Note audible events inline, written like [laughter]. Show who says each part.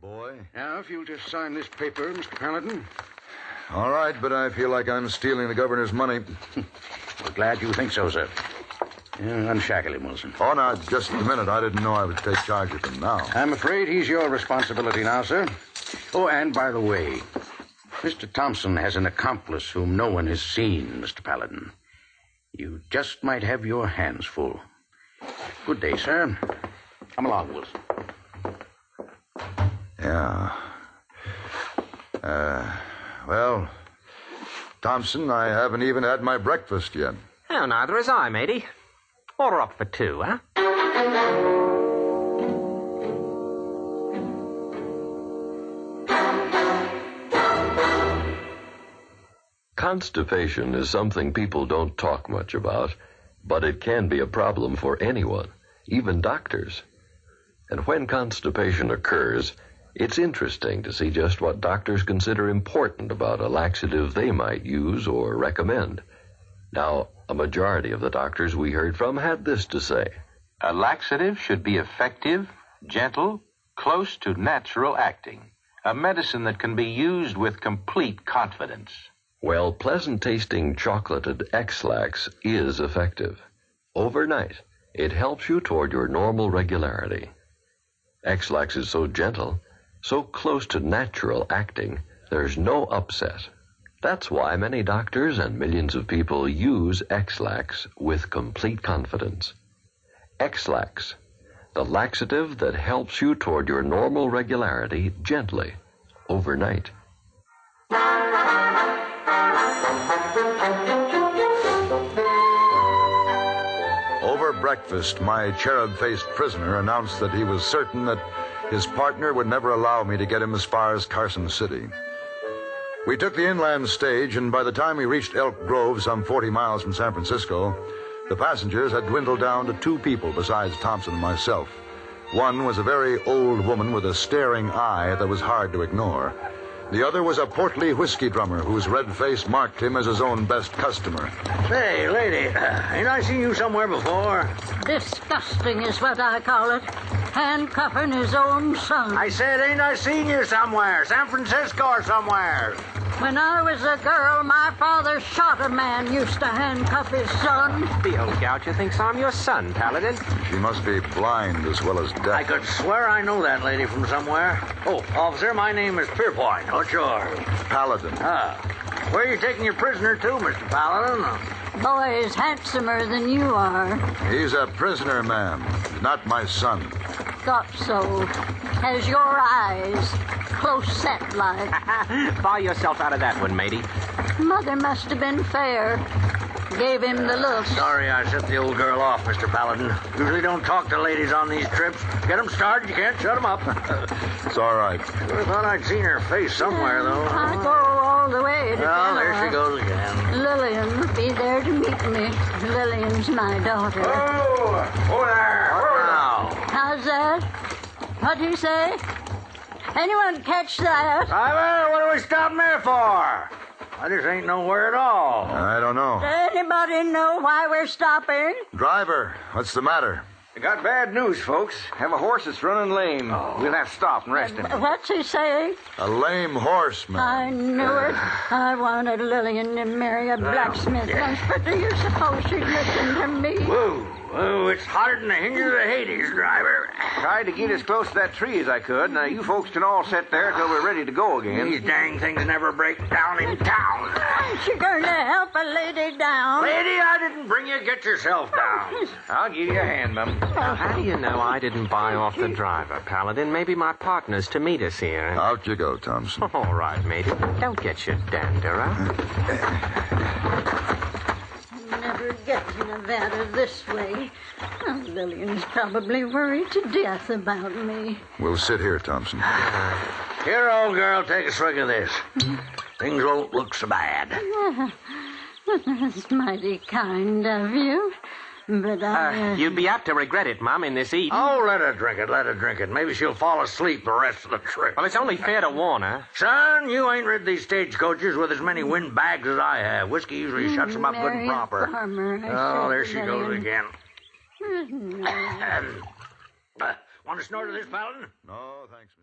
Speaker 1: boy.
Speaker 2: Now, if you'll just sign this paper, Mr. Paladin.
Speaker 1: All right, but I feel like I'm stealing the governor's money.
Speaker 2: We're glad you think so, sir. Yeah, unshackle him, Wilson.
Speaker 1: Oh, now, just a minute. I didn't know I would take charge of him now.
Speaker 2: I'm afraid he's your responsibility now, sir. Oh, and by the way, Mr. Thompson has an accomplice whom no one has seen, Mr. Paladin. You just might have your hands full. Good day, sir. Come along, Wilson.
Speaker 1: Yeah. Uh, well, Thompson, I haven't even had my breakfast yet.
Speaker 3: Oh, neither is I, matey. Order up for two, huh?
Speaker 4: Constipation is something people don't talk much about, but it can be a problem for anyone, even doctors. And when constipation occurs, it's interesting to see just what doctors consider important about a laxative they might use or recommend. Now, a majority of the doctors we heard from had this to say.
Speaker 5: A laxative should be effective, gentle, close to natural acting. A medicine that can be used with complete confidence.
Speaker 4: Well, pleasant tasting chocolated X-Lax is effective. Overnight, it helps you toward your normal regularity. X-Lax is so gentle, so close to natural acting, there's no upset. That's why many doctors and millions of people use X-Lax with complete confidence. X-Lax, the laxative that helps you toward your normal regularity gently, overnight.
Speaker 1: Over breakfast, my cherub faced prisoner announced that he was certain that his partner would never allow me to get him as far as Carson City. We took the inland stage, and by the time we reached Elk Grove, some 40 miles from San Francisco, the passengers had dwindled down to two people besides Thompson and myself. One was a very old woman with a staring eye that was hard to ignore. The other was a portly whiskey drummer whose red face marked him as his own best customer.
Speaker 2: Hey, lady, uh, ain't I seen you somewhere before?
Speaker 6: Disgusting is what I call it. Handcuffing his own son.
Speaker 2: I said, ain't I seen you somewhere? San Francisco or somewhere?
Speaker 6: When I was a girl, my father shot a man used to handcuff his son.
Speaker 3: The old gouger thinks I'm your son, Paladin.
Speaker 1: She must be blind as well as
Speaker 2: I
Speaker 1: deaf.
Speaker 2: could swear I know that lady from somewhere. Oh, officer, my name is Pierpoint. What's yours?
Speaker 1: Paladin.
Speaker 2: Ah. Where are you taking your prisoner to, Mr. Paladin?
Speaker 6: Boy is handsomer than you are.
Speaker 1: He's a prisoner, ma'am. Not my son.
Speaker 6: Thought so. Has your eyes close set
Speaker 3: [laughs]
Speaker 6: like.
Speaker 3: Buy yourself out of that one, matey.
Speaker 6: Mother must have been fair. Gave him the look.
Speaker 2: Sorry I set the old girl off, Mr. Paladin. Usually don't talk to ladies on these trips. Get 'em started, you can't shut 'em up.
Speaker 1: It's all right.
Speaker 2: sure thought I'd seen her face somewhere,
Speaker 6: I
Speaker 2: though.
Speaker 6: go all the way to
Speaker 2: Well, there
Speaker 6: Genoa.
Speaker 2: she goes again.
Speaker 6: Lillian, be there to meet me. Lillian's my daughter.
Speaker 2: Oh, oh there. Now.
Speaker 6: How's that? What do you say? Anyone catch that?
Speaker 2: Driver, what are we stopping there for? I just ain't nowhere at all.
Speaker 1: I don't know.
Speaker 6: Anybody know why we're stopping?
Speaker 1: Driver, what's the matter?
Speaker 2: I got bad news, folks. Have a horse that's running lame. We'll have to stop and rest him.
Speaker 6: What's he saying?
Speaker 1: A lame horse,
Speaker 6: I
Speaker 1: ma'am.
Speaker 6: knew it. I wanted Lillian to marry a blacksmith once, but do you suppose she'd listen to me?
Speaker 2: Whoa, whoa, Oh, it's hotter than the hinges of Hades, driver. Tried to get as close to that tree as I could. Now, you folks can all sit there till we're ready to go again. These dang things never break down in town.
Speaker 6: Ain't you going to help a lady down?
Speaker 2: Lady, I didn't bring you. Get yourself down. I'll give you a hand, Mum.
Speaker 3: Now, how do you know I didn't buy off the driver, Paladin? Maybe my partner's to meet us here.
Speaker 1: Out you go, Thompson.
Speaker 3: All right, matey. Don't get your dander up.
Speaker 6: Never get to Nevada this way. Oh, Lillian's probably worried to death about me. [laughs]
Speaker 1: We'll sit here, Thompson.
Speaker 2: Here, old girl, take a swig of this. Things won't look so bad.
Speaker 6: That's mighty kind of you. But I.
Speaker 3: You'd be apt to regret it, Mum, in this heat.
Speaker 2: Oh, let her drink it. Let her drink it. Maybe she'll fall asleep the rest of the trip.
Speaker 3: Well, it's only fair to warn her.
Speaker 2: Son, you ain't rid these stagecoaches with as many windbags as I have. Whiskey usually shuts them up good
Speaker 6: Mary
Speaker 2: and proper.
Speaker 6: Farmer, I
Speaker 2: Oh,
Speaker 6: said
Speaker 2: there
Speaker 6: to
Speaker 2: she goes
Speaker 6: Lillian.
Speaker 2: again. Want to uh, snort of this, Paladin?
Speaker 1: No, thanks, Mr.